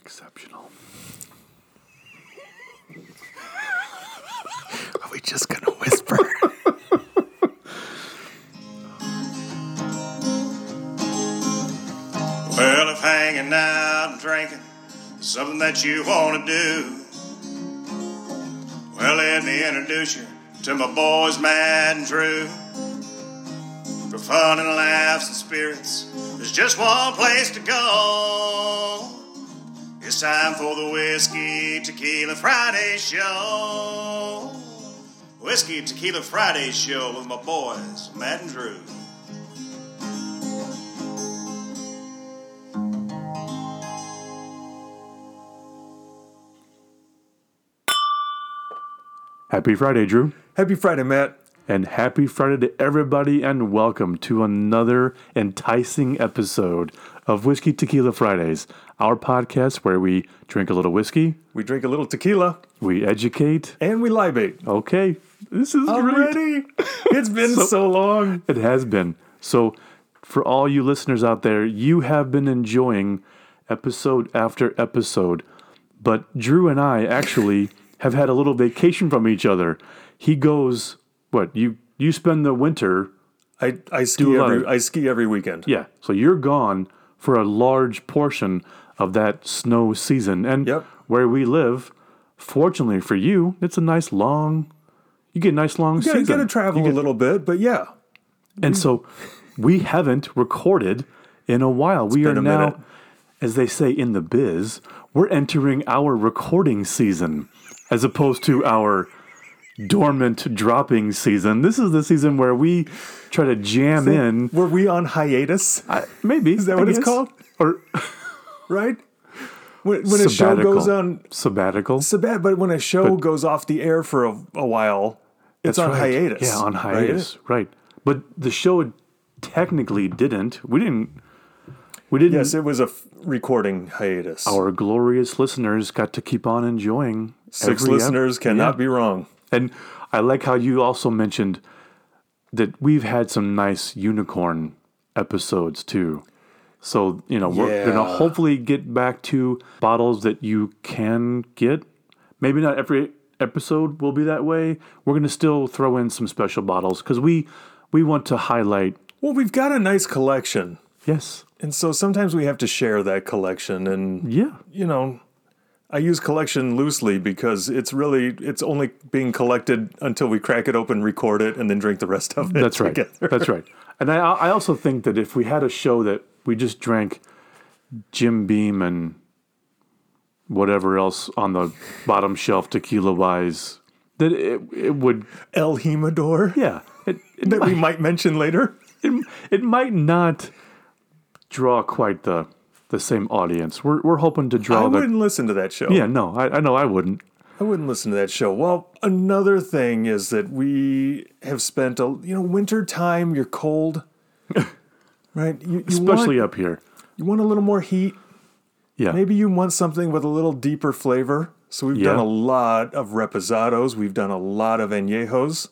Exceptional. Are we just going to whisper? Well, if hanging out and drinking is something that you want to do, well, let me introduce you to my boys, Matt and Drew. For fun and laughs and spirits, there's just one place to go. It's time for the Whiskey Tequila Friday Show. Whiskey Tequila Friday Show with my boys, Matt and Drew. happy Friday, Drew. Happy Friday, Matt. And happy Friday to everybody, and welcome to another enticing episode of Whiskey Tequila Fridays, our podcast where we drink a little whiskey, We drink a little tequila we educate. and we libate. Okay, this is great. Already? It's been so, long. It has been. So, for all you listeners out there, you have been enjoying episode after episode. But Drew and I actually have had a little vacation from each other. He goes, what you you spend the winter? I, I ski Do a lot every of- I ski every weekend. Yeah. So you're gone for a large portion of that snow season. And Yep. where we live, fortunately for you, it's a nice long. You get a nice long You gotta, season. gotta travel a little bit, but yeah. Mm. And so we haven't recorded in a while. we been are a now, minute. as they say in the biz, we're entering our recording season as opposed to our dormant dropping season. This is the season where we try to jam in. Were we on hiatus? I, maybe. Is that what it's called? Or Right? When, when a show goes on sabbatical. sabbat, but when a show goes off the air for a, a while, it's on That's right. hiatus. Yeah, on right? hiatus. Right. But the show technically didn't. We didn't. We didn't. Yes, it was a f- recording hiatus. our glorious listeners got to keep on enjoying Six every ep- listeners cannot Yeah. be wrong. and i like how you also mentioned that we've had some nice unicorn episodes too so you know we're gonna Yeah. hopefully get back to bottles that you can get maybe not every episode will be that way we're gonna still throw in some special bottles because we we want to highlight Well, we've got a nice collection. yes And so sometimes we have to share that collection and yeah you know, I use collection loosely because it's really it's only being collected until we crack it open, record it, and then drink the rest of it. That's right. together. That's right. And I, I also think that if we had a show that we just drank Jim Beam and whatever else on the bottom shelf tequila wise, that it, it would, El Himador yeah, it, it, that might, we might mention later. it, it might not draw quite the the same audience. We're, we're hoping to I draw the. wouldn't listen to that show. Oh, Yeah, no, I, I know I wouldn't. I wouldn't listen to that show. Well, another thing is that we have spent a you know winter time. You're cold, right? You, you Especially want, up here. you want a little more heat. Yeah. Maybe you want something with a little deeper flavor. So we've Yeah. done a lot of reposados. We've done a lot of añejos.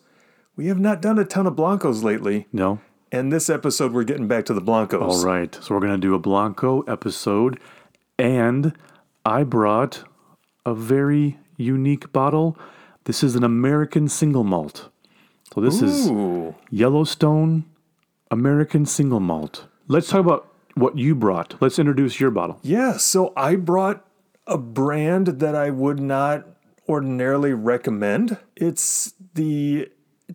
We have not done a ton of blancos lately. No. And this episode, we're getting back to the blancos. All right. So we're going to do a Blanco episode. And I brought a very unique bottle. This is an American single malt. So this is Ooh, Yellowstone American single malt. Let's talk about what you brought. Let's introduce your bottle. yeah. So I brought a brand that I would not ordinarily recommend. It's the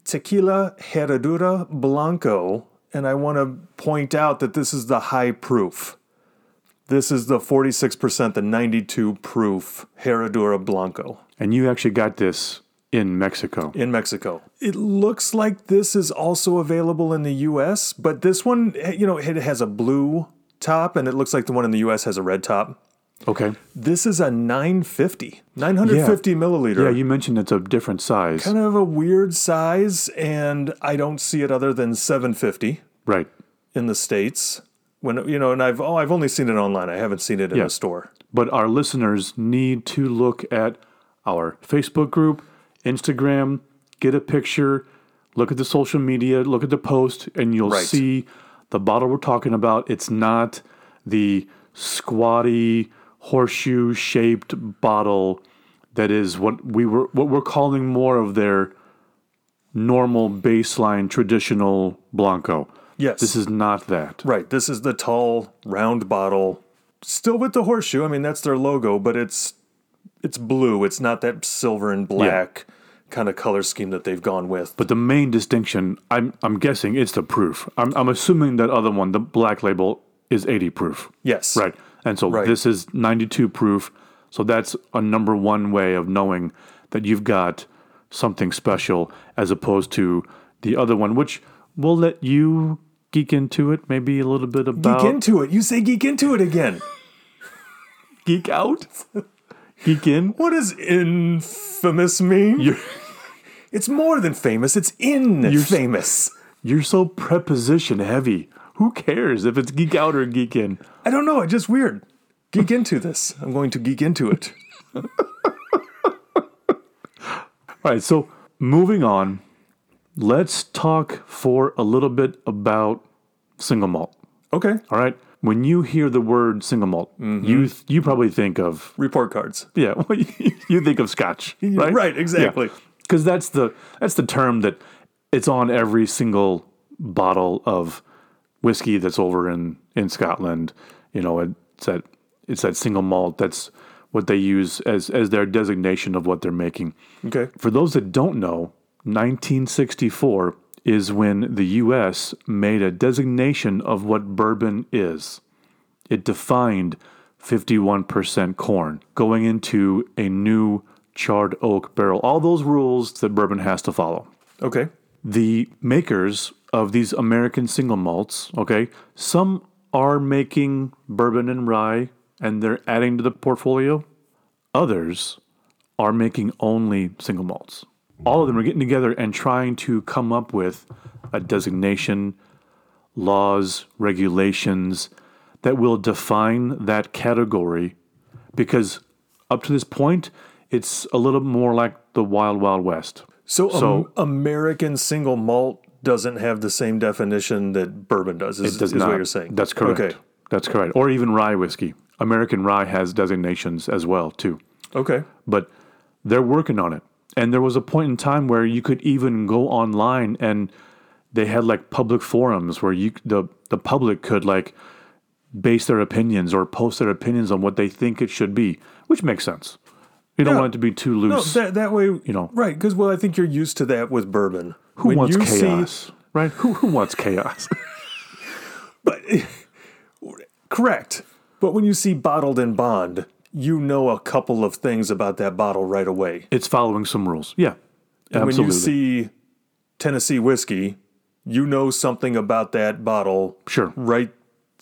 Tequila Herradura Blanco. And I want to point out that this is the high proof. This is the 46%, the 92 proof Herradura Blanco And you actually got this in Mexico. in Mexico. It looks like this is also available in the US, but this one, eh, you know, it has a blue top and it looks like the one in the US has a red top. Okay. This is a 950, 950 milliliter. Yeah, you mentioned it's a different size. kind of a weird size, and I don't see it other than 750 Right. in the States. When, you know, and I've, oh, I've only seen it online. I haven't seen it in Yeah. a store. But our listeners need to look at our Facebook group, Instagram, get a picture, Look at the social media, look at the post, and you'll Right. see the bottle we're talking about. It's not the squatty horseshoe shaped bottle that is what we were what we're calling more of their normal baseline traditional blanco. Yes. This is not that. Right. This is the tall round bottle, still with the horseshoe. I mean, that's their logo, but it's it's blue. It's not that silver and black kind of color scheme that they've gone with. But the main distinction, I'm I'm guessing it's the proof. I'm I'm assuming that other one, the black label, is 80 proof. yes. Right. And so Right. this is 92 proof. So that's a number one way of knowing that you've got something special as opposed to the other one, which we'll let you geek into it maybe a little bit about Geek into it. You say geek into it again. geek out geek in What does infamous mean? You're- it's more than famous. It's in You're- famous. you're so preposition heavy who cares if it's geek out or geek in I don't know. It's just weird. Geek into this. I'm going to geek into it. All right, so moving on, let's talk for a little bit about single malt. Okay. All right, when you hear the word single malt, Mm-hmm. you th- you probably think of Report cards. yeah, well, you think of Scotch, right? Right, exactly. because that's the that's the term that it's on every single bottle of whiskey that's over in in Scotland. You know, it's that it's that single malt. That's what they use as as their designation of what they're making. Okay. For those that don't know, 1964 is when the US made a designation of what bourbon is. It defined 51% corn going into a new charred oak barrel. All those rules that bourbon has to follow. Okay. The makers of these American single malts, okay, some are making bourbon and rye and they're adding to the portfolio. Others are making only single malts. All of them are getting together and trying to come up with a designation, laws, regulations that will define that category because up to this point, it's a little more like the Wild Wild West. So, So- um, American single malt doesn't have the same definition that bourbon does. Is, does is not. what you're saying? That's correct. Okay. That's correct. Or even rye whiskey. American rye has designations as well too. Okay. But they're working on it. And there was a point in time where you could even go online and they had like public forums where you the the public could like base their opinions or post their opinions on what they think it should be, which makes sense. You don't Yeah. want it to be too No, loose. that that way, you know. right? Because well, I think you're used to that with bourbon. who wants you see- chaos? right? Who who wants chaos? but correct. But when you see bottled and bond, you know a couple of things about that bottle right away. it's following some rules. Yeah. When you absolutely. see Tennessee whiskey, you know something about that bottle. Sure. Right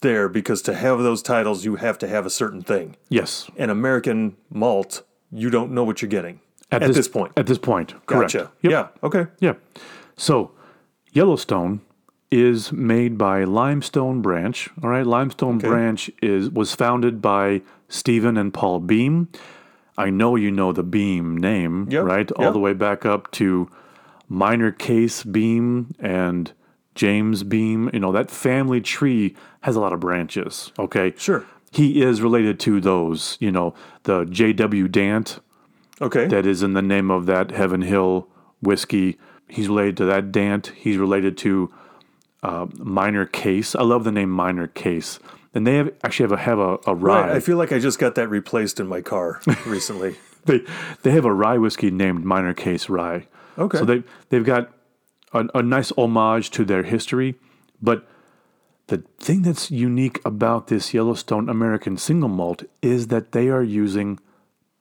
there, because to have those titles, you have to have a certain thing. yes. an American malt, you don't know what you're getting at, this, point. At this point, correct. Gotcha. Yep. Yeah. Okay. Yeah. So Yellowstone is made by Limestone Branch. All right. Limestone Branch is was founded by Stephen and Paul Beam. I know you know the Beam name, Yep. right? All Yep. the way back up to Minor Case Beam and James Beam. You know, that family tree has a lot of branches. Okay. Sure. He is related to those, you know, the J.W. Dant, Okay. that is in the name of that Heaven Hill whiskey. He's related to that Dant. He's related to uh, Minor Case. I love the name Minor Case. And they have actually have a have a, a rye. I, I feel like I just got that replaced in my car recently. they they have a rye whiskey named Minor Case Rye. Okay. So they they've got a, a nice homage to their history, but the thing that's unique about this Yellowstone American single malt is that they are using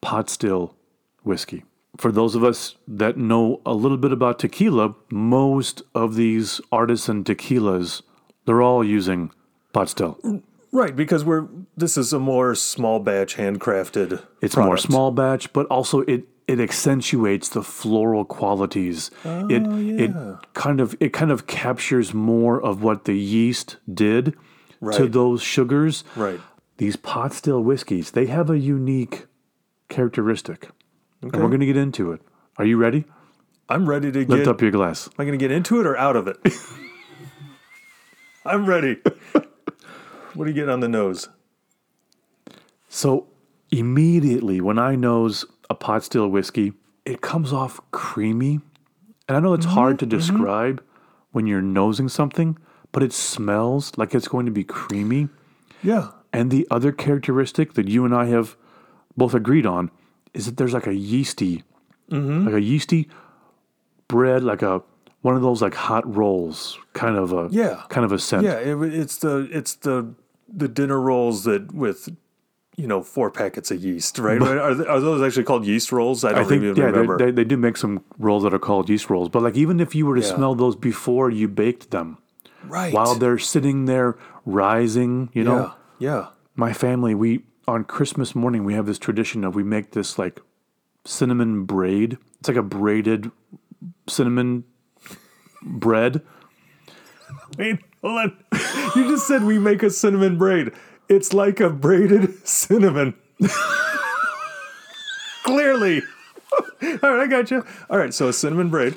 pot still whiskey. For those of us that know a little bit about tequila, most of these artisan tequilas, they're all using pot still. right, because we're this is a more small batch, handcrafted. It's more product. small batch, but also it it accentuates the floral qualities. it Oh, it kind of it kind of captures more of what the yeast did to Right. those sugars. Right. These pot still whiskeys, they have a unique characteristic. And we're going to get into it. Are you ready? I'm ready to Lift get. up your glass. Am I going to get into it or out of it? I'm ready. what do you get on the nose? So immediately when I nose a pot still whiskey, it comes off creamy. And I know it's hard to describe when you're nosing something, but it smells like it's going to be creamy. Yeah. And the other characteristic that you and I have both agreed on is that there's like a yeasty, like a yeasty bread, like a one of those like hot rolls kind of a Yeah. kind of a scent. Yeah, it, w- it's the it's the the dinner rolls that with you know four packets of yeast, right? are, th- are those actually called yeast rolls? I I don't think even yeah, remember. they, they, they do make some rolls that are called yeast rolls, but like even if you were to Yeah. smell those before you baked them, right. while they're sitting there rising, you know, yeah, yeah, my family we on Christmas morning we have this tradition of we make this like cinnamon braid. It's like a braided cinnamon bread. Wait, hold on. You just said we make a cinnamon braid. It's like a braided cinnamon. Clearly. All right, I got you. All right, so a cinnamon braid.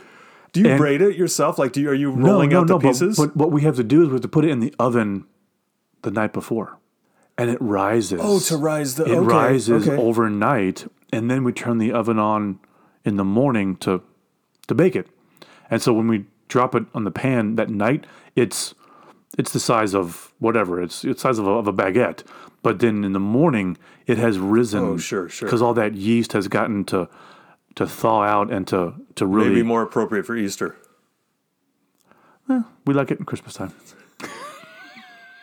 Do you And- braid it yourself? Like, do you, are you rolling out the but- pieces? But, what we have to do is we have to put it in the oven the night before, and it rises. oh, to rise the it okay, rises okay. overnight, and then we turn the oven on in the morning to to bake it. And so when we drop it on the pan that night, it's it's the size of whatever. It's it's size of a, of a baguette. But then in the morning, it has risen. Oh, sure, sure. Because all that yeast has gotten to to thaw out and to to really Maybe more appropriate for Easter. we like it in Christmas time.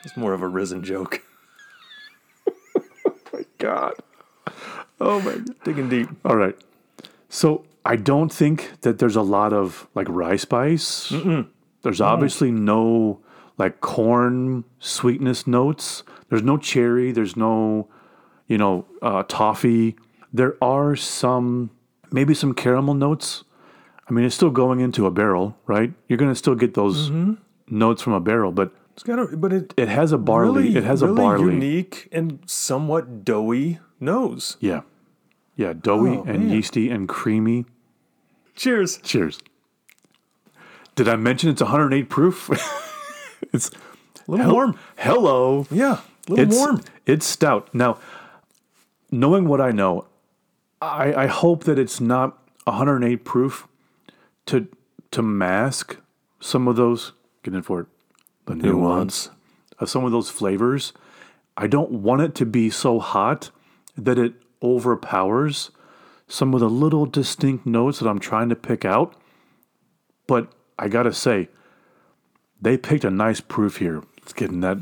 It's more of a risen joke. God. Oh my Digging deep. All right. So I don't think that there's a lot of like rye spice. There's obviously no like corn sweetness notes. There's no cherry. There's no, you know, uh, toffee. There are some, maybe some caramel notes. I mean, it's still going into a barrel, right? You're going to still get those Mm-hmm. notes from a barrel, but It's got a, but it it has a barley. really, it has a really barley. unique and somewhat doughy nose. Yeah. Yeah. Doughy Oh, and man. yeasty and creamy. Cheers. Cheers. Did I mention it's 108 proof? it's A little warm. Hello. Yeah, a little it's, warm. It's stout. Now, knowing what I know, I, I hope that it's not 108 proof to to mask some of those. Get in for it. The nuance of some of those flavors. I don't want it to be so hot that it overpowers some of the little distinct notes that I'm trying to pick out. But I gotta say, they picked a nice proof here. It's getting that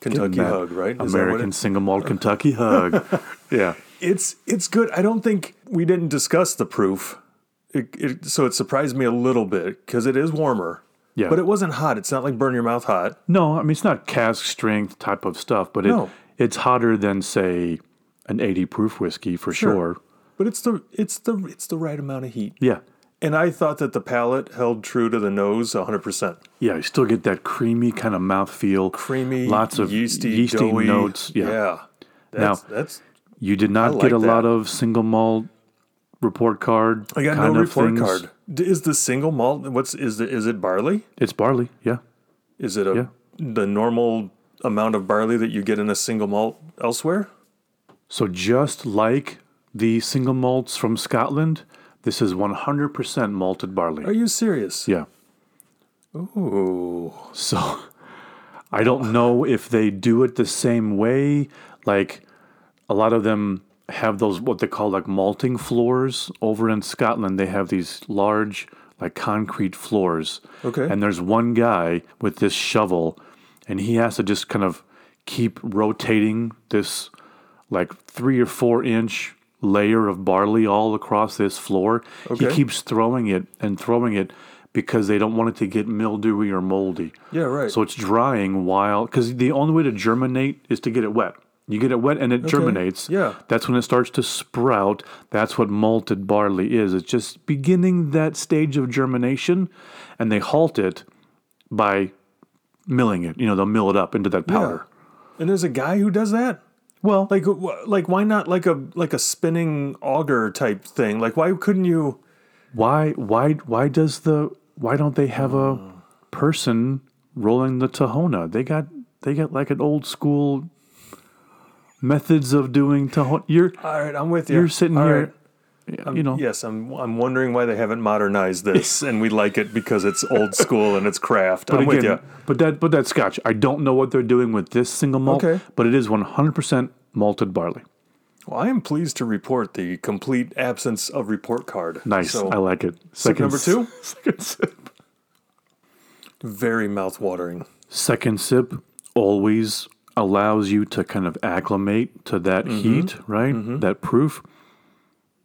Kentucky that hug, right? Is that what American it- single malt Kentucky hug. yeah. it's it's good. I don't think we didn't discuss the proof, it, it, so it surprised me a little bit because it is warmer. Yeah. but it wasn't hot. It's not like burn your mouth hot. No, I mean it's not cask strength type of stuff, but it, No. it's hotter than say an 80 proof whiskey for sure. But it's the it's the it's the right amount of heat. Yeah. And I thought that the palate held true to the nose 100. percent Yeah, you still get that creamy kind of mouthfeel. Creamy, lots of yeasty, yeasty doughy. notes. Yeah. That's, Now- that's You did not like get a that. lot of single malt report card. I got kind no of report things. card. D- Is the single malt? What's is the, is it barley? It's barley, yeah. Is it a Yeah. the normal amount of barley that you get in a single malt elsewhere? So just like the single malts from Scotland, this is 100% malted barley. Are you serious? Yeah. Ooh. So I don't know if they do it the same way. Like a lot of them have those what they call like malting floors over in Scotland. They have these large like concrete floors. Okay. And there's one guy with this shovel and he has to just kind of keep rotating this like three or four inch layer of barley all across this floor. He Okay. keeps throwing it and throwing it because they don't want it to get mildewy or moldy. Yeah, right. So it's drying while because the only way to germinate is to get it wet. You get it wet and it germinates. yeah. That's when it starts to sprout. That's what malted barley is. It's just beginning that stage of germination and they halt it by milling it. You know, they'll mill it up into that powder. And there's a guy who does that. Well, Like, wh- like why not like a like a spinning auger type thing? Like, why couldn't you? Why why why does the why don't they have a person rolling the tahona? They got they got like an old school methods of doing tahona. You're All right, I'm with you. you're sitting All here you know. right. Um, Yes, I'm. I'm wondering why they haven't modernized this, and we like it because it's old school and it's craft. I'm But with you. again, but that but that scotch, I don't know what they're doing with this single malt, Okay. but it is 100% malted barley. Well, I am pleased to report the complete absence of report card. Nice. So, I like it. number s- two? Second sip. very mouthwatering. Second sip always allows you to kind of acclimate to that Mm-hmm. heat, right? That proof.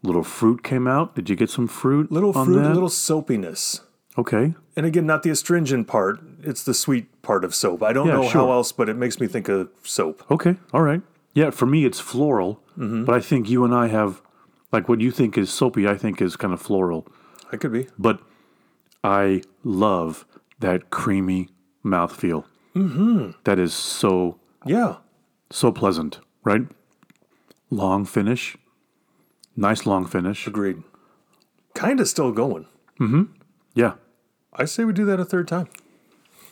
Little fruit came out. Did you get some fruit? Little on fruit, that? little soapiness. Okay. And again, not the astringent part, it's the sweet part of soap. I don't Yeah, know how sure. else, but it makes me think of soap. Okay. All right. Yeah, for me it's floral, Mm-hmm. but I think you and I have like what you think is soapy, I think is kind of floral. It could be. but I love that creamy mouthfeel. Mm-hmm. is so Yeah. so pleasant, right? Long finish, nice long finish. Agreed. Kind of still going. Yeah, I say we do that a third time.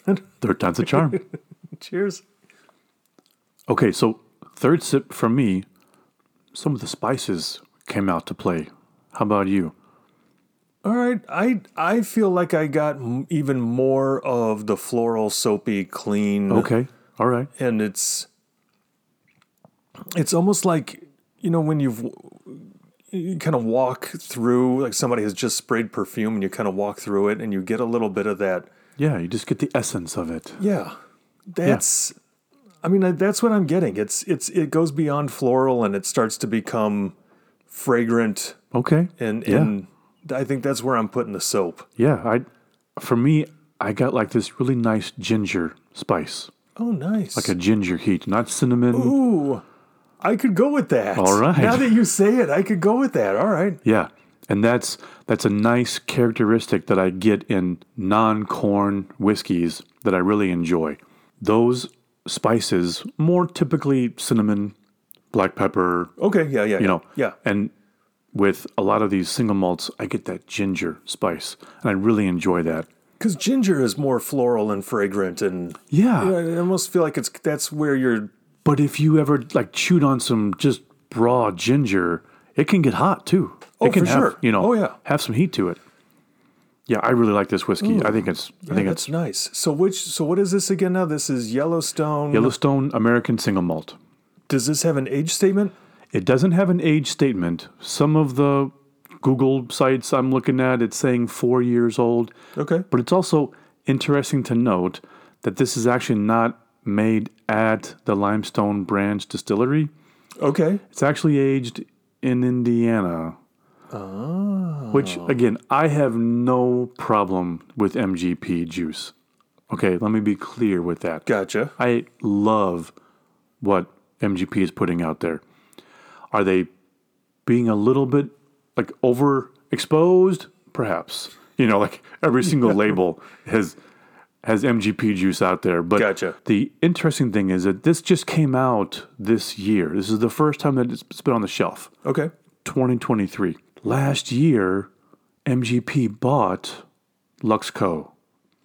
third time's a charm. Cheers. okay, so third sip for me, some of the spices came out to play. How about you? All right. I I feel like I got m- even more of the floral soapy clean Okay, all right. and it's it's almost like you know when you've you kind of walk through like somebody has just sprayed perfume and you kind of walk through it and you get a little bit of that Yeah, you just get the essence of it. yeah that's i mean I- that's what i'm getting it's it's it goes beyond floral and it starts to become fragrant Okay. and yeah. and i think that's where i'm putting the soap yeah, I for me I got like this really nice ginger spice. oh nice Like a ginger heat, not cinnamon. ooh i could go with that All right. now that you say it i could go with that all right Yeah. And that's that's a nice characteristic that I get in non-corn whiskeys that I really enjoy. Those spices, more typically cinnamon, black pepper, okay yeah yeah you know. yeah And with a lot of these single malts, I get that ginger spice, and I really enjoy that. Because ginger is more floral and fragrant, and Yeah. I almost feel like it's that's where you're. But if you ever like chewed on some just raw ginger, it can get hot too. Oh, it can for have, sure. You know, Oh, yeah. have some heat to it. Yeah, I really like this whiskey. I think it's I think it's That's nice. So which so what is this again now? This is Yellowstone. Yellowstone American Single Malt. Does this have an age statement? It doesn't have an age statement. Some of the Google sites I'm looking at, it's saying four years old. Okay. But it's also interesting to note that this is actually not made at the Limestone Branch Distillery. Okay. It's actually aged in Indiana. Which, again, I have no problem with MGP juice. Okay, let me be clear with that. Gotcha. I love what MGP is putting out there. Are they being a little bit like overexposed? Perhaps. You know, like every single label has has MGP juice out there. But Gotcha. the interesting thing is that this just came out this year. This is the first time that it's been on the shelf. Okay. 2023. Last year, MGP bought Luxco,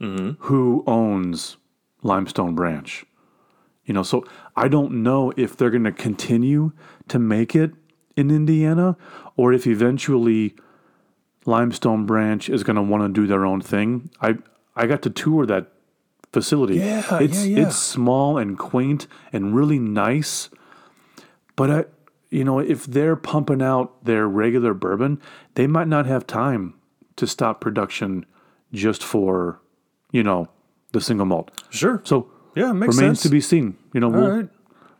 who owns Limestone Branch. You know, so I don't know if they're going to continue to make it in Indiana or if eventually Limestone Branch is going to want to do their own thing. I I got to tour that facility. Yeah, yeah, it's yeah. it's small and quaint and really nice. But I, you know, if they're pumping out their regular bourbon, they might not have time to stop production just for, you know, the single malt. Sure. So Yeah, it makes remains sense. to be seen. You know, All we'll, right.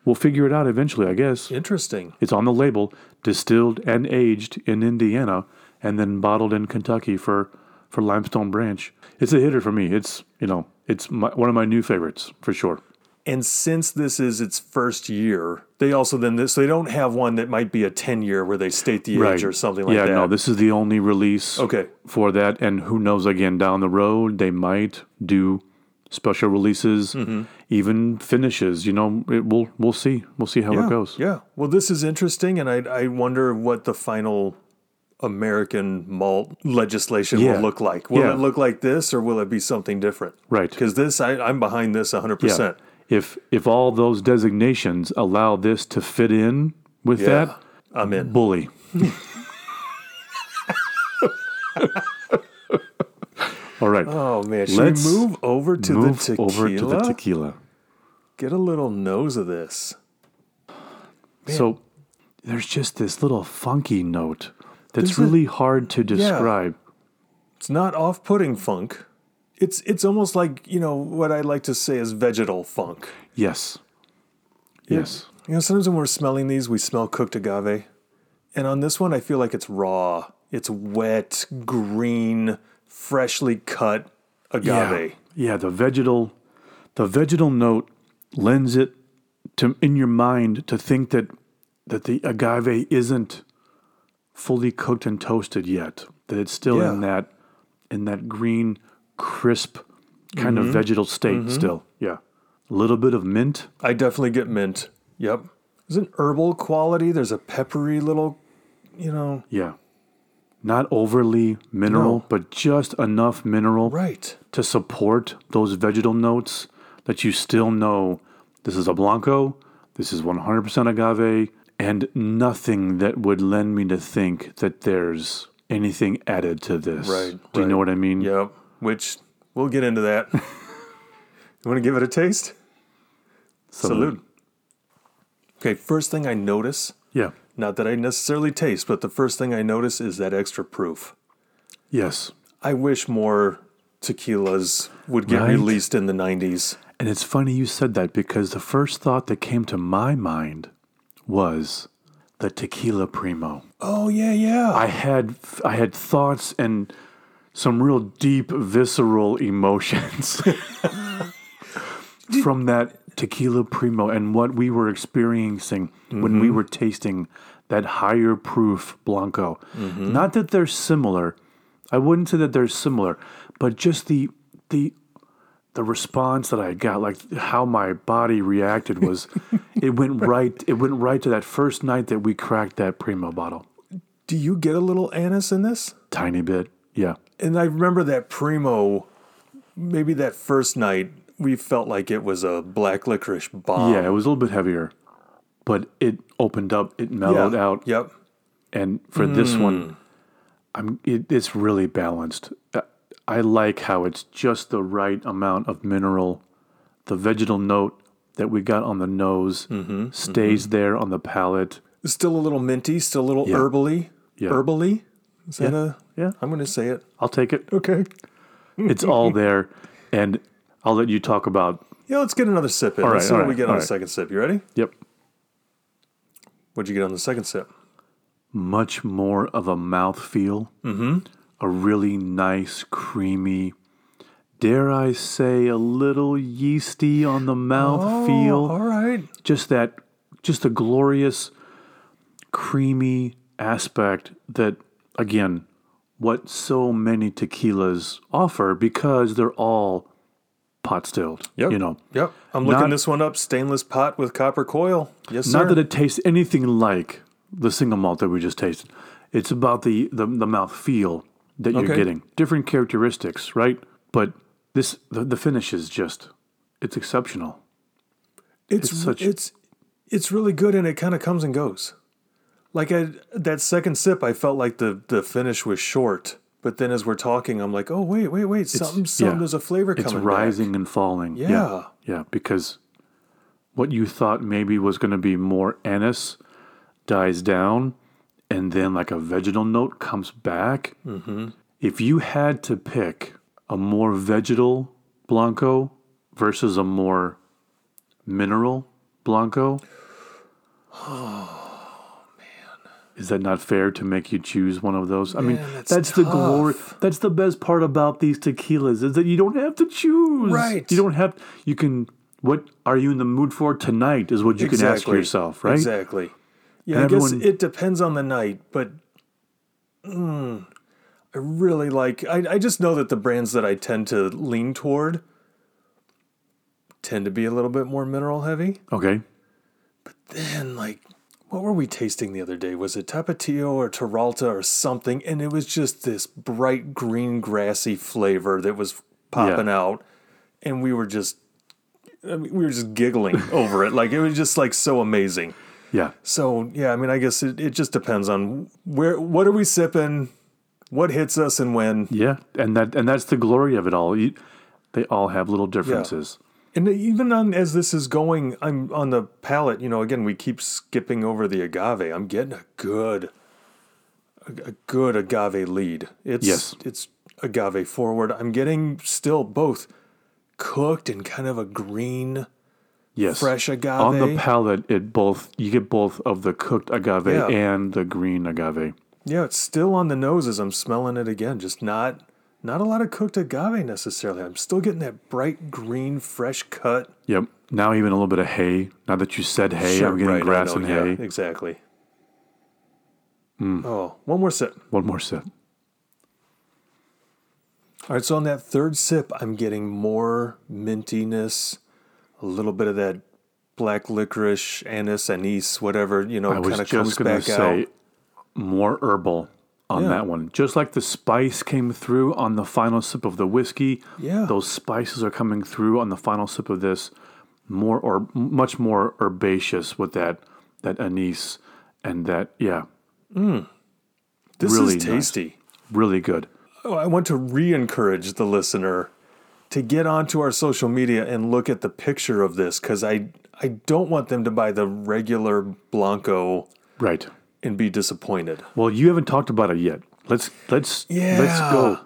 we'll figure it out eventually, I guess. Interesting. It's on the label, distilled and aged in Indiana, and then bottled in Kentucky for for Limestone Branch. It's a hitter for me. It's you know, it's my, one of my new favorites for sure. And since this is its first year, they also then this so they don't have one that might be a ten year where they state the age or something like yeah, that. no, this is the only release. Okay. For that, and who knows? Again, down the road, they might do special releases, Mm-hmm. even finishes. You know, it, we'll we'll see. We'll see how it Yeah, goes. Yeah. Well, this is interesting, and I I wonder what the final American malt legislation Yeah. will look like. Will Yeah. it look like this or will it be something different? Right. Because this, I, I'm behind this 100%. Yeah. If if all those designations allow this to fit in with that, I'm in. bully. all right. Oh, man. Should Let's we move over to Move the tequila? over to the tequila. Get a little nose of this. So there's just this little funky note that's There's a- really hard to describe. It's not off-putting funk. It's it's almost like, you know, what I like to say is vegetal funk. Yes. Yes. You know, sometimes when we're smelling these, we smell cooked agave. And on this one, I feel like it's raw. It's wet, green, freshly cut agave. Yeah. yeah, the vegetal the vegetal note lends it to in your mind to think that that the agave isn't fully cooked and toasted yet. That it's still in Yeah. that in that green, crisp kind Mm-hmm. of vegetal state still. Yeah. A little bit of mint. I definitely get mint. Yep. There's an herbal quality. There's a peppery little, you know. Yeah. Not overly mineral, No. but just enough mineral Right. to support those vegetal notes that you still know this is a Blanco, this is 100% agave, and nothing that would lend me to think that there's anything added to this. Right, Do you know what right. I mean? Yep. Which we'll get into that. you want to give it a taste? Salute. Okay, first thing I notice, Yeah. not that I necessarily taste, but the first thing I notice is that extra proof. Yes. I wish more tequilas would get Right? released in the 90s. And it's funny you said that because the first thought that came to my mind was the tequila primo. Oh, yeah, yeah. I had I had thoughts and some real deep visceral emotions from that tequila primo and what we were experiencing when we were tasting that higher proof blanco. Not that they're similar. I wouldn't say that they're similar, but just the the the response that I got, like how my body reacted was it went right it went right to that first night that we cracked that primo bottle. Do you get a little anise in this? Tiny bit. Yeah. And I remember that Primo, maybe that first night, we felt like it was a black licorice bomb. yeah, it was a little bit heavier, but it opened up, it mellowed Yeah. Mm. out. Yep. And for this one, I'm it, it's really balanced. Uh, I like how it's just the right amount of mineral. The vegetal note that we got on the nose Mm-hmm. stays there on the palate. Still a little minty, still a little herbally. Yeah. Herbally? Is that a. Yeah. I'm going to say it. I'll take it. Okay. It's all there. And I'll let you talk about. Yeah, let's get another sip in. right, let's see all what we right, get on all the right. second sip. You ready? Yep. What'd you get on the second sip? much more of a mouthfeel. Mm-hmm. A really nice, creamy, dare I say, a little yeasty on the mouthfeel. Oh, all right. Just that, just a glorious, creamy aspect that, again, what so many tequilas offer because they're all pot stilled. Yep. You know, Yep. I'm looking Not- this one up. Stainless pot with copper coil. Yes, sir. Not that it tastes anything like the single malt that we just tasted. It's about the the, the mouth feel that you're Okay. getting. Different characteristics, right? But this the, the finish is just it's exceptional. it's it's it's such- it's, it's really good, and it kind of comes and goes. Like I, that second sip, I felt like the the finish was short. But then as we're talking, I'm like, oh wait, wait, wait, something, something. yeah. There's a flavor It's coming. rising and falling. yeah. Yeah. Yeah, because what you thought maybe was going to be more anise dies down and then like a vegetal note comes back. Mm-hmm. If you had to pick a more vegetal Blanco versus a more mineral Blanco, Oh, Is that not fair to make you choose one of those? I mean, that's, that's the glory. That's the best part about these tequilas is that you don't have to choose. Right. You don't have. You can. What are you in the mood for tonight? Is what you Back. can ask yourself, right? Exactly. Yeah, And I everyone- guess it depends on the night, but mm, I really like. I I just know that the brands that I tend to lean toward tend to be a little bit more mineral heavy. Okay. then like what were we tasting the other day? Was it Tapatio or Taralta or something? And it was just this bright green grassy flavor that was popping out, and we were just, I mean, we were just giggling over it. Like it was just like so amazing. Yeah. So yeah, I mean, I guess it, it just depends on where what are we sipping, what hits us, and when. Yeah. And that and that's the glory of it all. You, they all have little differences. And even on as this is going, I'm on the palate. You know, again, we keep skipping over the agave. I'm getting a good, a, a good agave lead. It's Yes. it's agave forward. I'm getting still both cooked and kind of a green Yes. fresh agave. On the palate, it both you get both of the cooked agave Yeah. and the green agave. Yeah, it's still on the nose as I'm smelling it again. Just not not a lot of cooked agave necessarily. I'm still getting that bright green, fresh cut. Yep. Now even a little bit of hay. Now that you said hay, Sure, I'm getting right, I grass know, and yeah, hay. Hmm. exactly. Oh, one more sip. One more sip. All right, so on that third sip, I'm getting more mintiness, a little bit of that black licorice, anise, anise, whatever you know, I kind was of comes just going back to say out. more herbal on Yeah. that one. Just like the spice came through on the final sip of the whiskey, Yeah. those spices are coming through on the final sip of this. More or much more herbaceous with that that anise and that yeah, This really is nice. tasty. really good. Oh, I want to re encourage the listener to get onto our social media and look at the picture of this because I, I don't want them to buy the regular Blanco Right. and be disappointed. Well, you haven't talked about it yet. Let's let's let's go.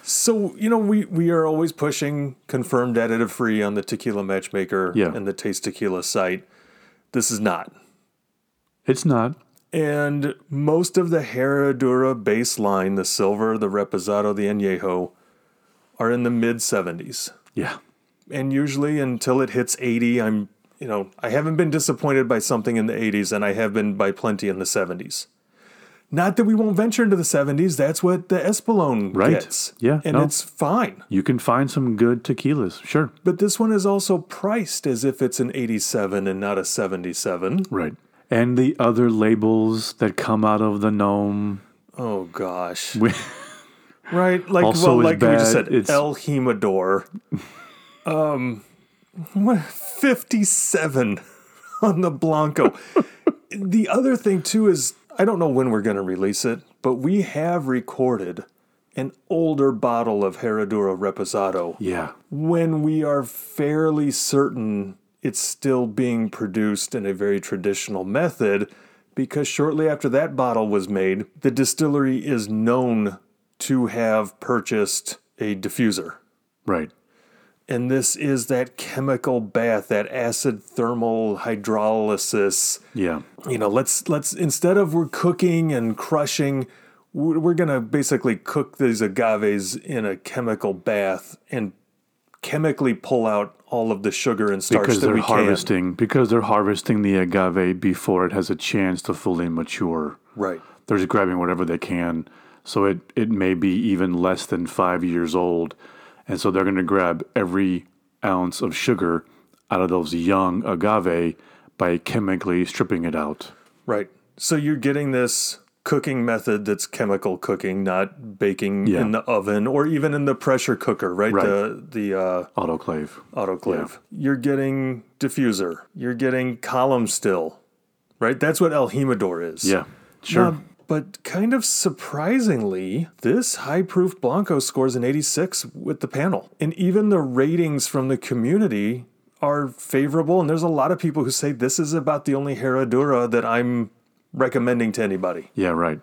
So, you know, we, we are always pushing confirmed additive free on the Tequila Matchmaker Yeah. and the Taste Tequila site. This is not. It's not. And most of the Herradura baseline, the silver, the reposado, the añejo, are in the mid 70s. Yeah. and usually until it hits 80 i'm you know i haven't been disappointed by something in the 80s and i have been by plenty in the 70s not that we won't venture into the 70s that's what the espolone Right. gets Yeah, and no. it's fine You can find some good tequilas. Sure. but this one is also priced as if it's an 87 and not a 77 Right. And the other labels that come out of the gnome. oh gosh We- right like Also well is like we just bad, said it's- el Himador. um what- 57 on the Blanco. the other thing too is I don't know when we're going to release it, but we have recorded an older bottle of Herradura Reposado Yeah. when we are fairly certain it's still being produced in a very traditional method because shortly after that bottle was made, the distillery is known to have purchased a diffuser. Right. And this is that chemical bath, that acid thermal hydrolysis Yeah. you know let's let's instead of we're cooking and crushing we're, we're gonna basically cook these agaves in a chemical bath and chemically pull out all of the sugar and starch Because that they're we can harvesting because they're harvesting the agave before it has a chance to fully mature. right They're just grabbing whatever they can. So it, it may be even less than five years old. And so they're going to grab every ounce of sugar out of those young agave by chemically stripping it out. right so you're getting this cooking method that's chemical cooking not baking Yeah. in the oven or even in the pressure cooker right, Right. the the uh, Autoclave. autoclave you're getting diffuser you're getting column still right that's what el himador is Yeah. Sure. Uh, but kind of surprisingly, this high proof Blanco scores an 86 with the panel. And even the ratings from the community are favorable. And there's a lot of people who say this is about the only Herradura that I'm recommending to anybody. yeah, right.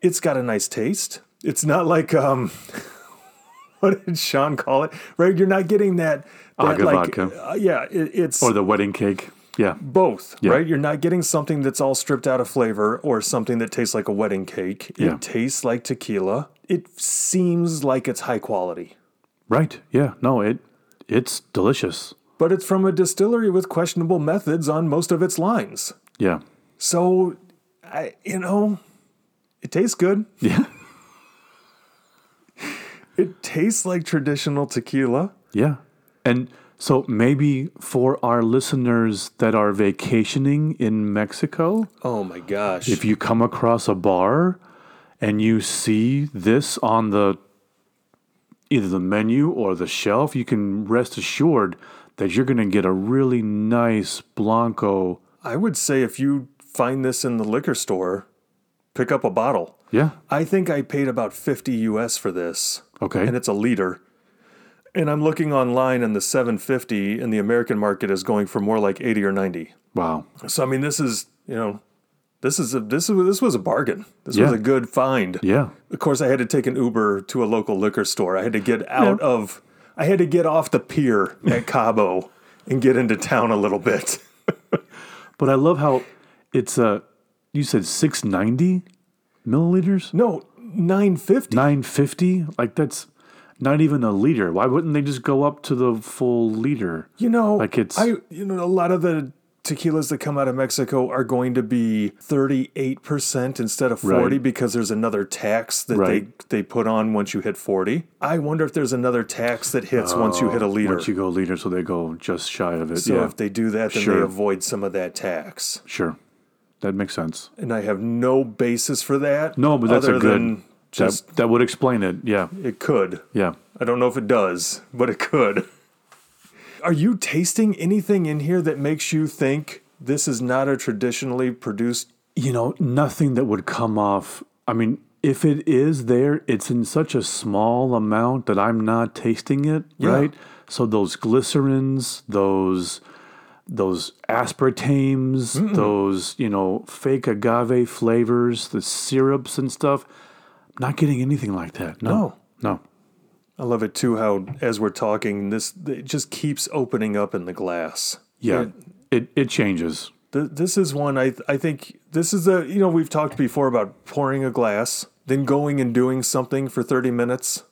It's got a nice taste. It's not like, um, what did Sean call it? Right? You're not getting that. that Agave like, vodka. uh, yeah, it, it's Or the wedding cake. Yeah. both, right? You're not getting something that's all stripped out of flavor or something that tastes like a wedding cake. Yeah. It tastes like tequila. It seems like it's high quality, Right. Yeah. No, it it's delicious. but it's from a distillery with questionable methods on most of its lines. Yeah. So, I, you know, it tastes good. Yeah. It tastes like traditional tequila. Yeah. And So maybe for our listeners that are vacationing in Mexico, Oh my gosh. if you come across a bar and you see this on the either the menu or the shelf, you can rest assured that you're going to get a really nice blanco. I would say if you find this in the liquor store, pick up a bottle. Yeah. I think I paid about 50 US for this. Okay. and it's a liter. And I'm looking online, and the 750 in the American market is going for more like 80 or 90. wow. So I mean, this is you know, this is a, this is this was a bargain. This was Yeah. a good find. Yeah. Of course, I had to take an Uber to a local liquor store. I had to get out of, I had to get off the pier at Cabo and get into town a little bit. But I love how it's uh you said 690 milliliters? No, 950. 950? Like that's not even a liter. Why wouldn't they just go up to the full liter? You know, Like it's- I you know a lot of the tequilas that come out of Mexico are going to be 38% instead of 40 Right. because there's another tax that Right. they they put on once you hit 40. I wonder if there's another tax that hits once you hit a liter. Once you go liter, so they go just shy of it. so Oh, yeah. if they do that then Sure. they avoid some of that tax. Sure. That makes sense. And I have no basis for that. No, but that's a other good- than just that, that would explain it. Yeah. it could. Yeah. I don't know if it does, but it could. Are you tasting anything in here that makes you think this is not a traditionally produced? You know, nothing that would come off. I mean, if it is there, it's in such a small amount that I'm not tasting it, right? So those glycerins, those those aspartames, those, you know, fake agave flavors, the syrups and stuff, not getting anything like that. No. No. I love it too how as we're talking this it just keeps opening up in the glass. Yeah. It it changes. Th- this is one I I think this is a you know we've talked before about pouring a glass, then going and doing something for 30 minutes,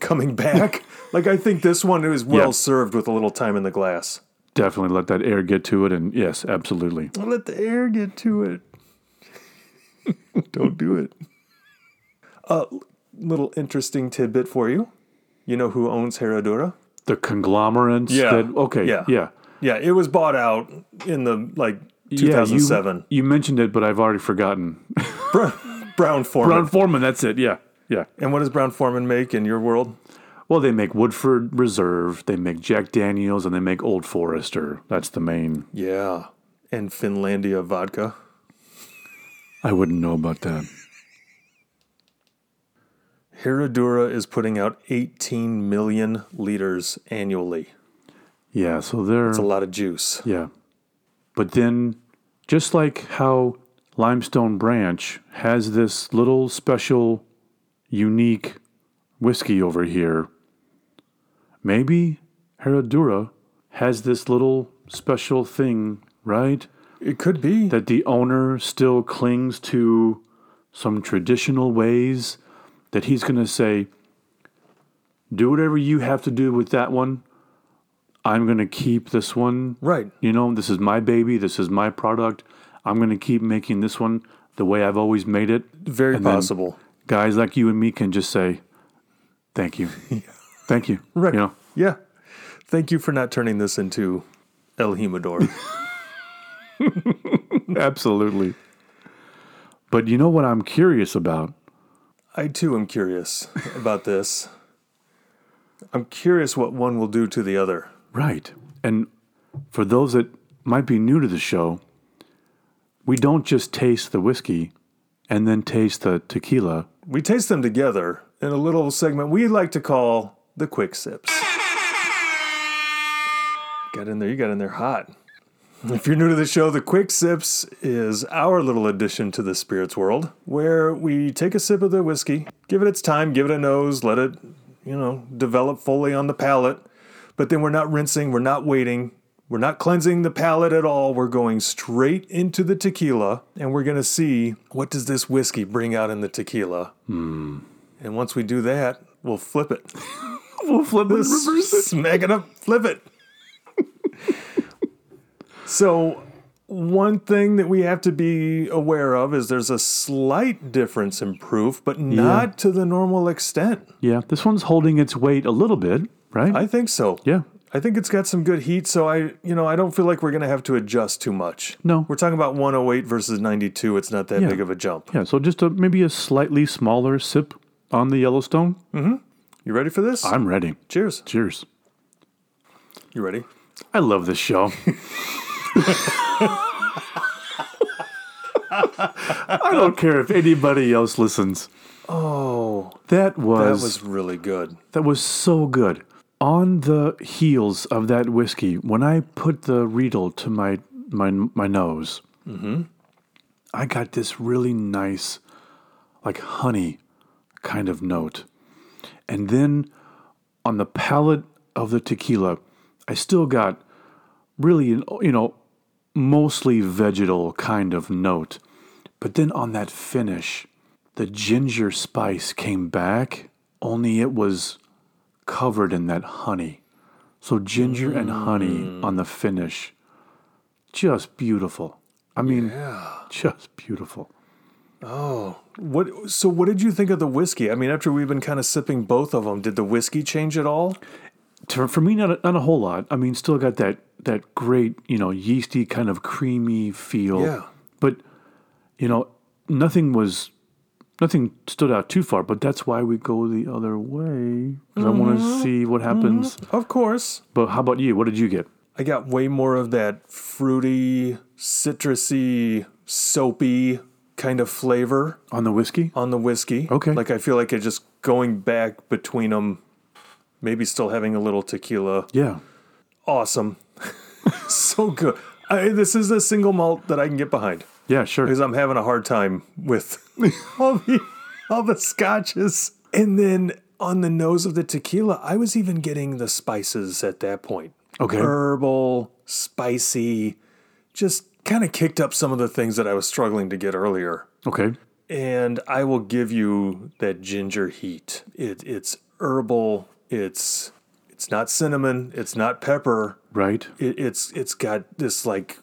coming back. like I think this one is well Yeah. served with a little time in the glass. Definitely let that air get to it and yes, absolutely. Let the air get to it. Don't do it. A little interesting tidbit for you. You know who owns Herradura? The conglomerates Yeah. that okay, Yeah. yeah. Yeah, it was bought out in the like Yeah, you- 2007. you, mentioned it, but I've already forgotten. Brown Foreman. Brown Foreman, that's it. Yeah. Yeah. and what does Brown Foreman make in your world? Well, they make Woodford Reserve, they make Jack Daniels, and they make Old Forester. That's the main. Yeah, and Finlandia vodka. I wouldn't know about that. Herradura is putting out 18 million liters annually. Yeah, so they're It's a lot of juice. yeah. But then just like how Limestone Branch has this little special unique whiskey over here, maybe Herradura has this little special thing, right? It could be. that the owner still clings to some traditional ways that he's going to say do whatever you have to do with that one i'm going to keep this one right. you know this is my baby this is my product i'm going to keep making this one the way i've always made it Very And then- possible. guys like you and me can just say thank you thank you Right. you know Yeah. Thank you for not turning this into El Himador. absolutely but you know what i'm curious about I too am curious about this. I'm curious what one will do to the other. Right. And for those that might be new to the show, we don't just taste the whiskey and then taste the tequila. We taste them together in a little segment we like to call the quick sips. Got in there, you got in there hot. If you're new to the show, the Quick Sips is our little addition to the spirits world where we take a sip of the whiskey, give it its time, give it a nose, let it, you know, develop fully on the palate. But then we're not rinsing, we're not waiting, we're not cleansing the palate at all. We're going straight into the tequila and we're going to see what does this whiskey bring out in the tequila. And once we do that, we'll flip it. We'll flip this. Smack it up, flip it. so, one thing that we have to be aware of is there's a slight difference in proof, but not to the normal extent. Yeah, this one's holding its weight a little bit, right? I think so. yeah. I think it's got some good heat, so I, you know, I don't feel like we're going to have to adjust too much. No. We're talking about 108 versus 92. It's not that Yeah. big of a jump. Yeah, so just a, maybe a slightly smaller sip on the Yellowstone. You ready for this? I'm ready. Cheers. Cheers. You ready? I love this show. I don't care if anybody else listens. Oh, that That was, was really good. that was so good. On the heels of that whiskey, when I put the Riedel to my my my nose, I got this really nice, like honey, kind of note, and then on the palate of the tequila, I still got really an you know mostly vegetal kind of note, but then on that finish, the ginger spice came back. Only it was covered in that honey. So ginger and honey on the finish. Just beautiful. I mean, just beautiful. What? So, what did you think of the whiskey? I mean, after we've been kind of sipping both of them, did the whiskey change at all? To, for me, not a, not a whole lot. I mean, still got that that great, you know, yeasty kind of creamy feel. Yeah. But you know, nothing was nothing stood out too far. But that's why we go the other way 'cause I want to see what happens. Of course. But how about you? What did you get? I got way more of that fruity, citrusy, soapy kind of flavor On the whiskey? on the whiskey. Okay. Like I feel like it just going back between them, maybe still having a little tequila. Yeah. Awesome. so good. I, this is a single malt that I can get behind Yeah, sure. because I'm having a hard time with all the all the scotches. And then on the nose of the tequila, I was even getting the spices at that point. Okay. Herbal, spicy, just kind of kicked up some of the things that I was struggling to get earlier. Okay. And I will give you that ginger heat. It, it's herbal. It's it's not cinnamon. It's not pepper Right. it, it's it's got this like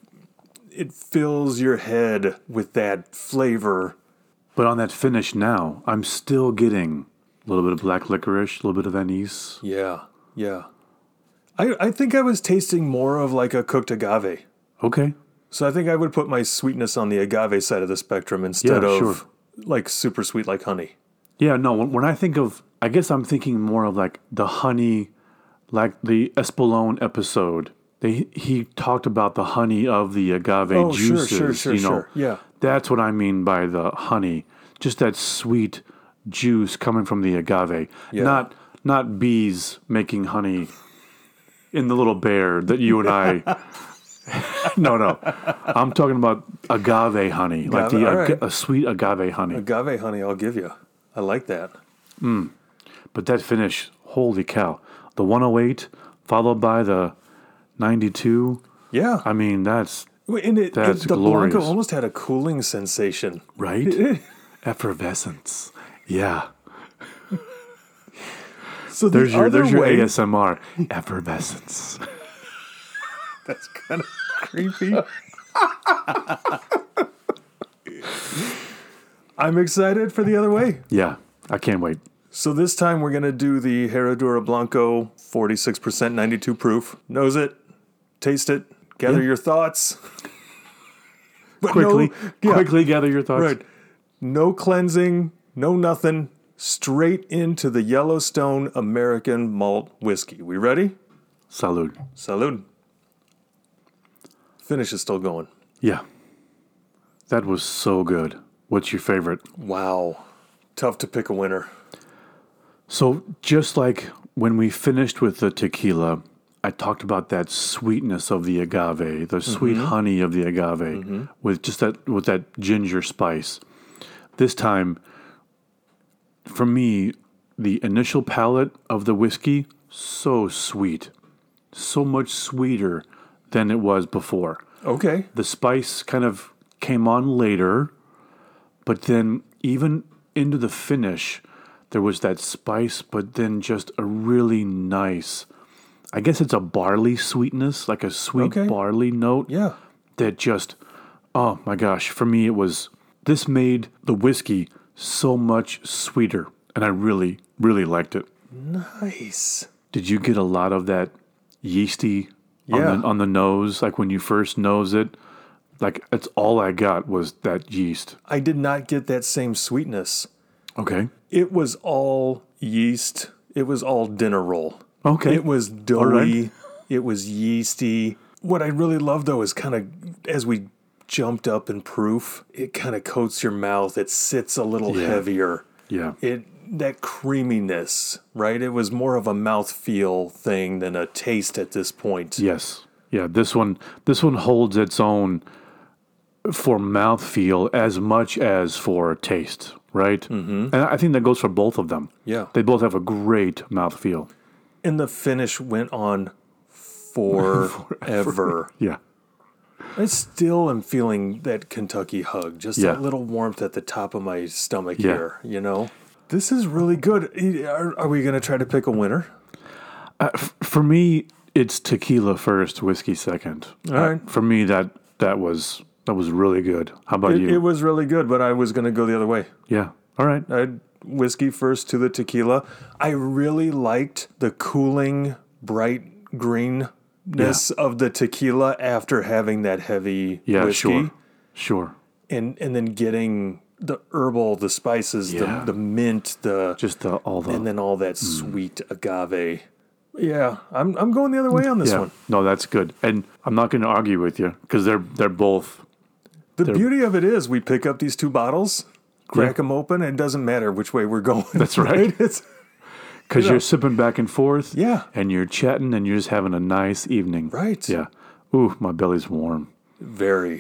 it fills your head with that flavor. But on that finish now, I'm still getting a little bit of black licorice, a little bit of anise. Yeah, yeah. I I think I was tasting more of like a cooked agave, Okay. so I think I would put my sweetness on the agave side of the spectrum instead Yeah, of sure. like super sweet like honey. Yeah, no, when, when I think of, I guess I'm thinking more of like the honey, like the Espolone episode. They, he talked about the honey of the agave Oh, sure, juices. sure, sure, you know, sure. Yeah. That's what I mean by the honey. Just that sweet juice coming from the agave. Not not bees making honey in the little bear that you and I No, no. I'm talking about agave honey, like the Agave, all aga- right. a sweet agave honey. Agave honey, I'll give you. I like that. But that finish, holy cow. The 108 followed by the 92. Yeah, I mean, that's and it, that's it the glorious. blanco almost had a cooling sensation. right. Effervescence. Yeah. So the There's your other there's your way, ASMR. Effervescence. that's kind of creepy. I'm excited for the other way. Yeah. I can't wait. So this time we're gonna do the Herradura Blanco 46% 92 proof. Nose it, taste it, gather Yeah. your thoughts. But no- Quickly yeah, quickly gather your thoughts. right. No cleansing, no nothing. Straight into the Yellowstone American malt whiskey. We ready? Salud. Salud. Finish is still going. Yeah. That was so good. What's your favorite? Wow. Tough to pick a winner. So, just like when we finished with the tequila, I talked about that sweetness of the agave, the sweet honey of the agave, with just that with that ginger spice. This time, for me, the initial palate of the whiskey so sweet, so much sweeter than it was before Okay. the spice kind of came on later, but then even into the finish, there was that spice, but then just a really nice, I guess it's a barley sweetness, like a sweet Okay. barley note Yeah. that just, oh my gosh, for me, it was this made the whiskey so much sweeter. And I really, really liked it. Nice. Did you get a lot of that yeasty Yeah. on, the, on the nose, like when you first nose it. Like that's all I got was that yeast. I did not get that same sweetness. Okay. It was all yeast. It was all dinner roll. Okay. It was doughy. It was yeasty. What I really love though is kind of as we jumped up in proof, it kind of coats your mouth. It sits a little heavier. yeah. It that creaminess, right? It was more of a mouthfeel thing than a taste at this point. Yes. Yeah, this one this one holds its own for mouthfeel as much as for taste, right? Mm-hmm. And I think that goes for both of them. Yeah. They both have a great mouthfeel. And the finish went on forever. Yeah. I still am feeling that Kentucky hug, just Yeah. that little warmth at the top of my stomach Yeah. here, you know? This is really good. E- Are, are we going to try to pick a winner? For me, it's tequila first, whiskey second. All right. For me that that was that was really good. How about It, you? it was really good, but I was going to go the other way. yeah. All right. I'd whiskey first to the tequila. I really liked the cooling, bright greenness of the tequila after having that heavy Yeah, whiskey. sure. Sure. And, and then getting the herbal, the spices, Yeah. the, the mint, the Just the all the and then all that sweet agave. Hmm. Yeah, I'm I'm going the other way on this yeah. one. No, that's good. And I'm not going to argue with you cuz they're they're both The beauty of it is we pick up these two bottles, crack them open, and it doesn't matter which way we're going. That's right. It's, Because you are sipping back and forth. Yeah. And you're chatting and you're just having a nice evening. Right. Yeah. Ooh, my belly's warm. very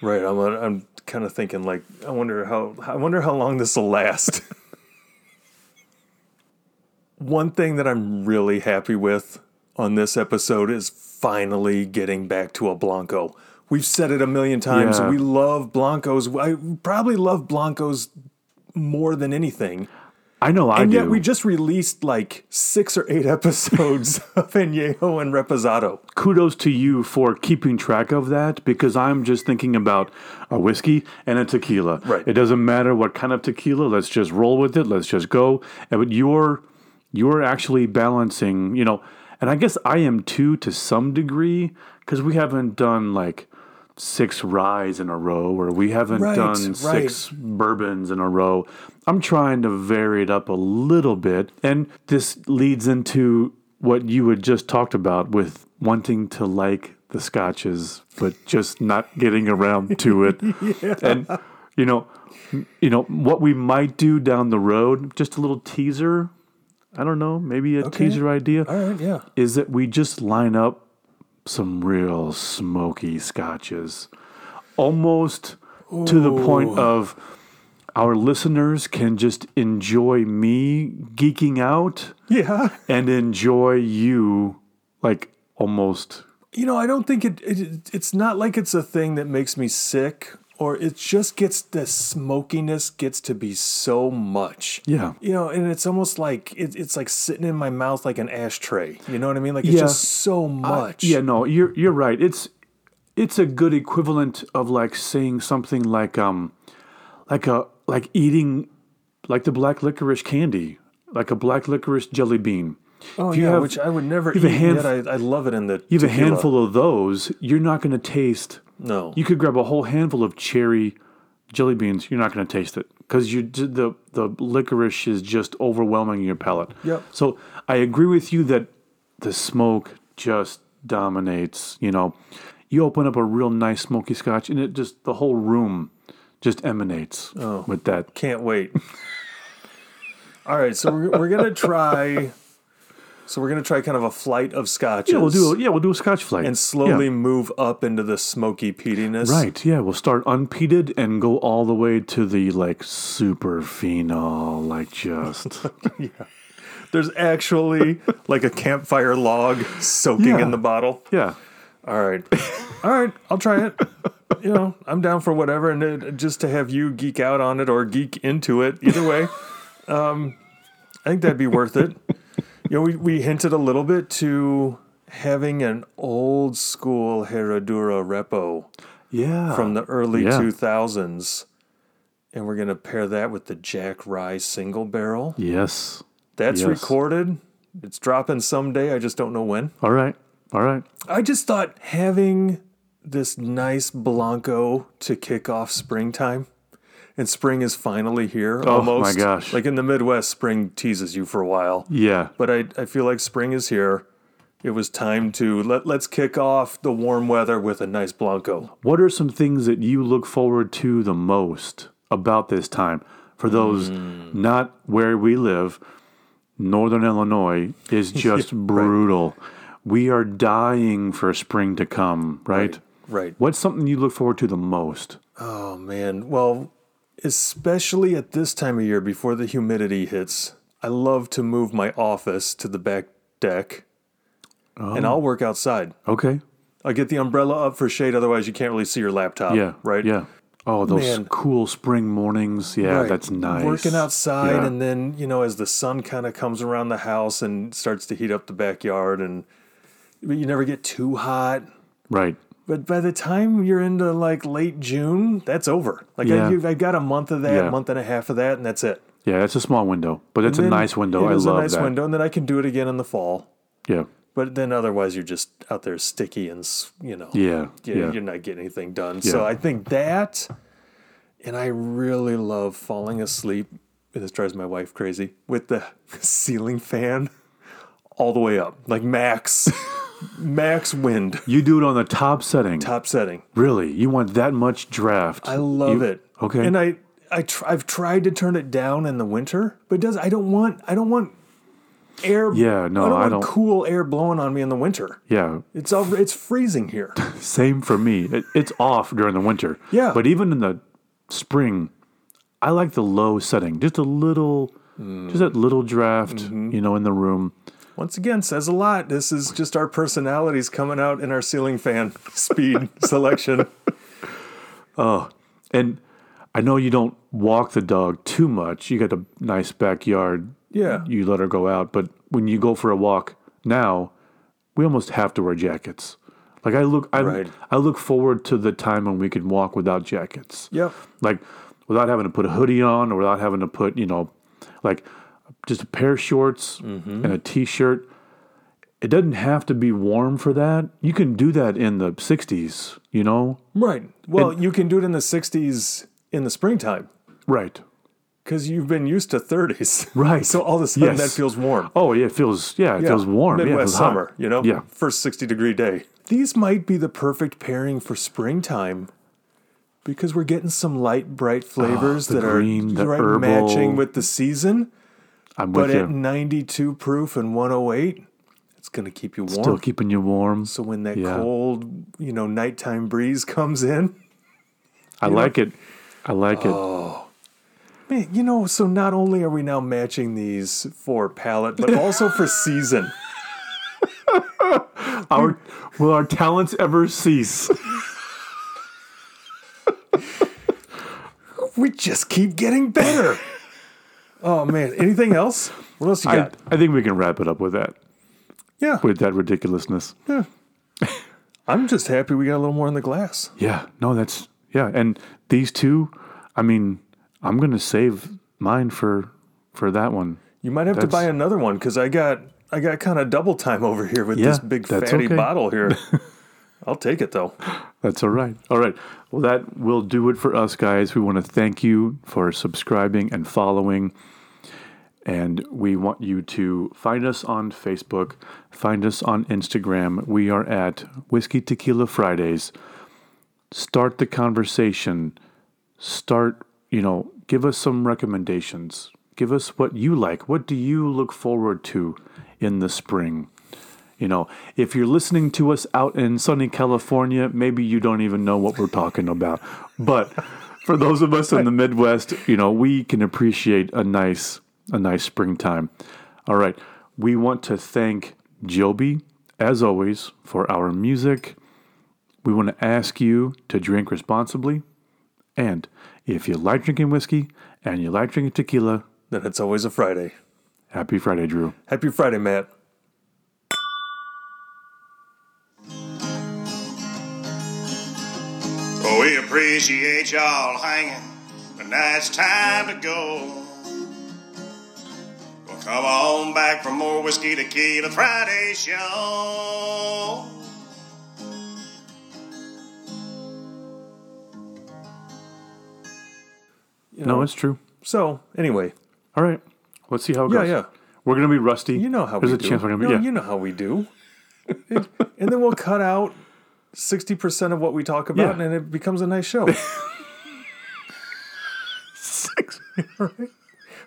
right. I'm I'm kind of thinking like I wonder how I wonder how long this will last. One thing that I'm really happy with on this episode is finally getting back to a Blanco. We've said it a million times. Yeah. We love Blancos. I probably love Blancos more than anything. I know I And do. yet we just released like six or eight episodes of Añejo and Reposado. Kudos to you for keeping track of that because I'm just thinking about a whiskey and a tequila. Right. It doesn't matter what kind of tequila. Let's just roll with it. Let's just go. And but you're you're actually balancing. You know, and I guess I am too to some degree because we haven't done like six ryes in a row or we haven't Right, done right. six bourbons in a row. I'm trying to vary it up a little bit. And this leads into what you had just talked about with wanting to like the scotches, but just not getting around to it. And, you know, m- you know what we might do down the road, just a little teaser. I don't know, maybe a teaser idea All right, yeah. is that we just line up some real smoky scotches, almost to the point of our listeners can just enjoy me geeking out Yeah. and enjoy you like almost. You know, I don't think it, it it's not like it's a thing that makes me sick or it just gets the smokiness gets to be so much. Yeah. You know, and it's almost like it, it's like sitting in my mouth like an ashtray. You know what I mean? Like it's Yeah. just so much. Yeah, no, you're you're right. It's it's a good equivalent of like saying something like um like a like eating like the black licorice candy, like a black licorice jelly bean. Oh, If you yeah, have- which I would never you eat. have a and handf- yet I, I love it in the. you have a handful of those, you're not going to taste. No. You could grab a whole handful of cherry jelly beans, you're not going to taste it because you d- the the licorice is just overwhelming your palate. Yep. So I agree with you that the smoke just dominates. You know, you open up a real nice smoky scotch, and it just the whole room just emanates Oh. with that. Can't wait. All right, so we're, we're gonna try. So we're gonna try kind of a flight of scotches. Yeah, we'll do a, yeah, we'll do a scotch flight and slowly move up into the smoky peatiness. Right, yeah, we'll start unpeated and go all the way to the like super phenol, like just There's actually like a campfire log soaking Yeah. in the bottle. yeah, All right, all right, I'll try it. You know, I'm down for whatever, and it, just to have you geek out on it or geek into it, either way, um, I think that'd be worth it. You know, we, we hinted a little bit to having an old school Herradura repo yeah. from the early yeah. 2000s. And we're going to pair that with the Jack Rye single barrel. yes, That's Yes. recorded. It's dropping someday. I just don't know when. All right. All right. I just thought having this nice Blanco to kick off springtime, and spring is finally here. Oh, my almost. gosh. Like in the Midwest, spring teases you for a while, Yeah. but I I feel like spring is here. It was time to let let's kick off the warm weather with a nice Blanco. What are some things that you look forward to the most about this time for those not where we live? Northern Illinois is just brutal. We are dying for spring to come, right? Right. What's something you look forward to the most? Oh man. Well, especially at this time of year before the humidity hits, I love to move my office to the back deck. And Oh. I'll work outside. Okay. I'll get the umbrella up for shade, otherwise you can't really see your laptop. Yeah. Right? Yeah. Oh, those Man. cool spring mornings. Yeah, Right. that's nice. Working outside Yeah. and then, you know, as the sun kind of comes around the house and starts to heat up the backyard and but you never get too hot. Right. But by the time you're into like late June, that's over. Like Yeah. I, you've, I've got a month of that, Yeah. month and a half of that, and that's it. Yeah, it's a small window, but it's a Then nice window. It I is love a nice that. window, and then I can do it again in the fall. Yeah. But then otherwise, you're just out there sticky and s- you know, Yeah. you- Yeah. you're not getting anything done. Yeah. So I think that, and I really love falling asleep. and This drives my wife crazy with the ceiling fan all the way up, like max, max wind You do it on the top setting. top setting. Really? You want that much draft? I love You- it. Okay. And I I tr- I've tried to turn it down in the winter, but it does I don't want I don't want air. Yeah, no, I don't I want don't- cool air blowing on me in the winter. yeah. It's all it's freezing here. Same for me. It, it's off during the winter. Yeah. But even in the spring, I like the low setting. Just a little, just that little draft, Mm-hmm. you know, in the room. Once again, says a lot. This is just our personalities coming out in our ceiling fan speed selection. And I know you don't walk the dog too much. You got a nice backyard. Yeah. You let her go out. But when you go for a walk now, we almost have to wear jackets. Like I look, I, Right. I look forward to the time when we can walk without jackets. Yep. like without having to put a hoodie on or without having to put you know like just a pair of shorts Mm-hmm. and a t-shirt it doesn't have to be warm for that you can do that in the 60s you know Right. Well, you can do it in the 60s in the springtime right because you've been used to 30s. Right. So all of a sudden Yes. that feels warm. oh yeah it feels yeah it Yeah, feels warm yeah, it Midwest feels hot. summer, you know? Yeah. First 60 degree day. These might be the perfect pairing for springtime because we're getting some light, bright flavors Ah, the that green, are the right, herbal. matching with the season. i'm But with at you 92 proof and 108, it's going to keep you warm. still keeping you warm so when that Yeah. cold, you know, nighttime breeze comes in, i like it i like Uh, it man, you know, so not only are we now matching these for palette, but also for season. our will our talents ever cease We just keep getting better. oh man, anything else? What else you I, got? I think we can wrap it up with that yeah, with that ridiculousness I'm just happy we got a little more in the glass. Yeah, no, that's yeah, and these two, I mean, I'm gonna save mine for for that one. You might have to That's- buy another one because I got I got kind of double time over here with this Yeah, big that's fatty okay. bottle here. I'll take it though. That's all right. All right. Well, that will do it for us, guys. We want to thank you for subscribing and following. And we want you to find us on Facebook, find us on Instagram. We are at Whiskey Tequila Fridays. Start the conversation. Start, you know, give us some recommendations. Give us what you like. What do you look forward to in the spring? You know, if you're listening to us out in sunny California, maybe you don't even know what we're talking about. But for those of us in the Midwest, you know, we can appreciate a nice a nice springtime. All right. We want to thank Joby as always for our music. We want to ask you to drink responsibly. And if you like drinking whiskey and you like drinking tequila, Then it's always a Friday. happy Friday, Drew. Happy Friday, Matt. Well, Oh, we appreciate y'all hanging, but now it's time to go. Well, Come on back for more whiskey tequila Friday show. You No, know? it's true. so anyway, All right. Let's see how it Yeah, goes. yeah. We're going to be rusty. you know how There's we a do. chance we're going to no, be. yeah. you know how we do. and then we'll cut out sixty percent of what we talk about, Yeah. and it becomes a nice show. Six.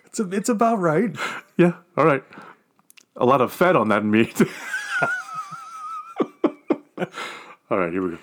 it's a, it's about right. yeah. All right. A lot of fat on that meat. All right. Here we go.